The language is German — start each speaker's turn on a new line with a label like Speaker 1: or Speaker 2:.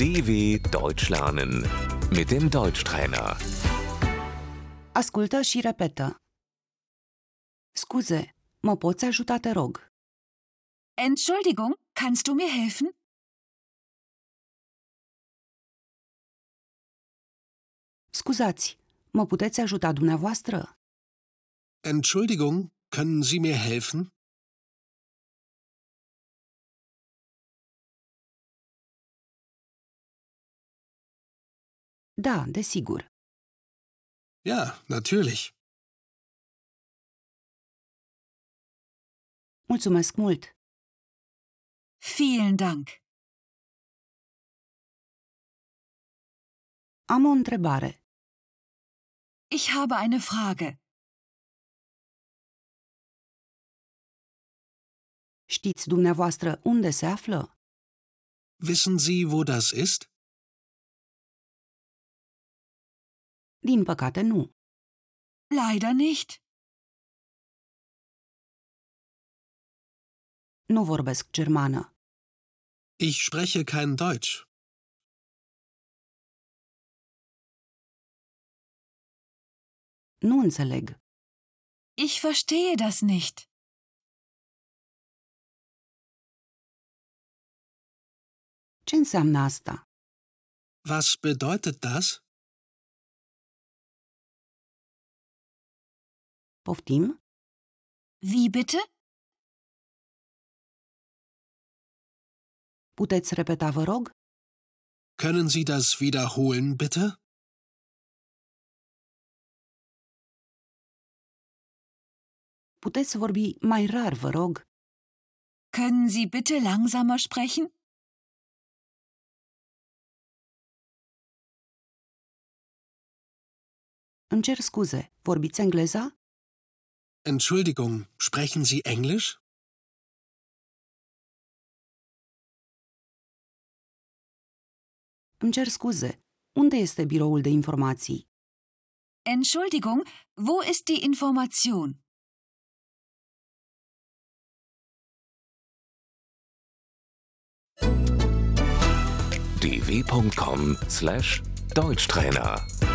Speaker 1: DW Deutsch lernen mit dem Deutschtrainer.
Speaker 2: Ascultă și repetă. Scuze, mă poți ajuta, te rog?
Speaker 3: Entschuldigung, kannst du mir helfen?
Speaker 2: Scuzați, mă puteți ajuta dumneavoastră?
Speaker 4: Entschuldigung, können Sie mir helfen?
Speaker 2: Da, desigur.
Speaker 4: Ja, natürlich.
Speaker 2: Mulțumesc mult!
Speaker 3: Vielen Dank.
Speaker 2: Am o întrebare.
Speaker 3: Ich habe eine Frage.
Speaker 2: Știți dumneavoastră unde se află?
Speaker 4: Wissen Sie, wo das ist?
Speaker 2: Din păcate nu.
Speaker 3: Leider nicht.
Speaker 2: Nu vorbesc germană.
Speaker 4: Ich spreche kein Deutsch.
Speaker 2: Nu înțeleg.
Speaker 3: Ich verstehe das nicht.
Speaker 2: Ce înseamnă asta?
Speaker 4: Was bedeutet das?
Speaker 2: Poftim?
Speaker 3: Wie bitte?
Speaker 2: Puteți repeta, vă rog?
Speaker 4: Können Sie das wiederholen, bitte?
Speaker 2: Puteți vorbi mai rar, vă rog?
Speaker 3: Können Sie bitte langsamer sprechen?
Speaker 2: Îmi cer scuze, vorbiți engleza?
Speaker 4: Entschuldigung, sprechen Sie Englisch?
Speaker 2: Îmi cer scuze. Unde este biroul de informații?
Speaker 3: Entschuldigung, wo ist die Information?
Speaker 1: dw.com/deutschtrainer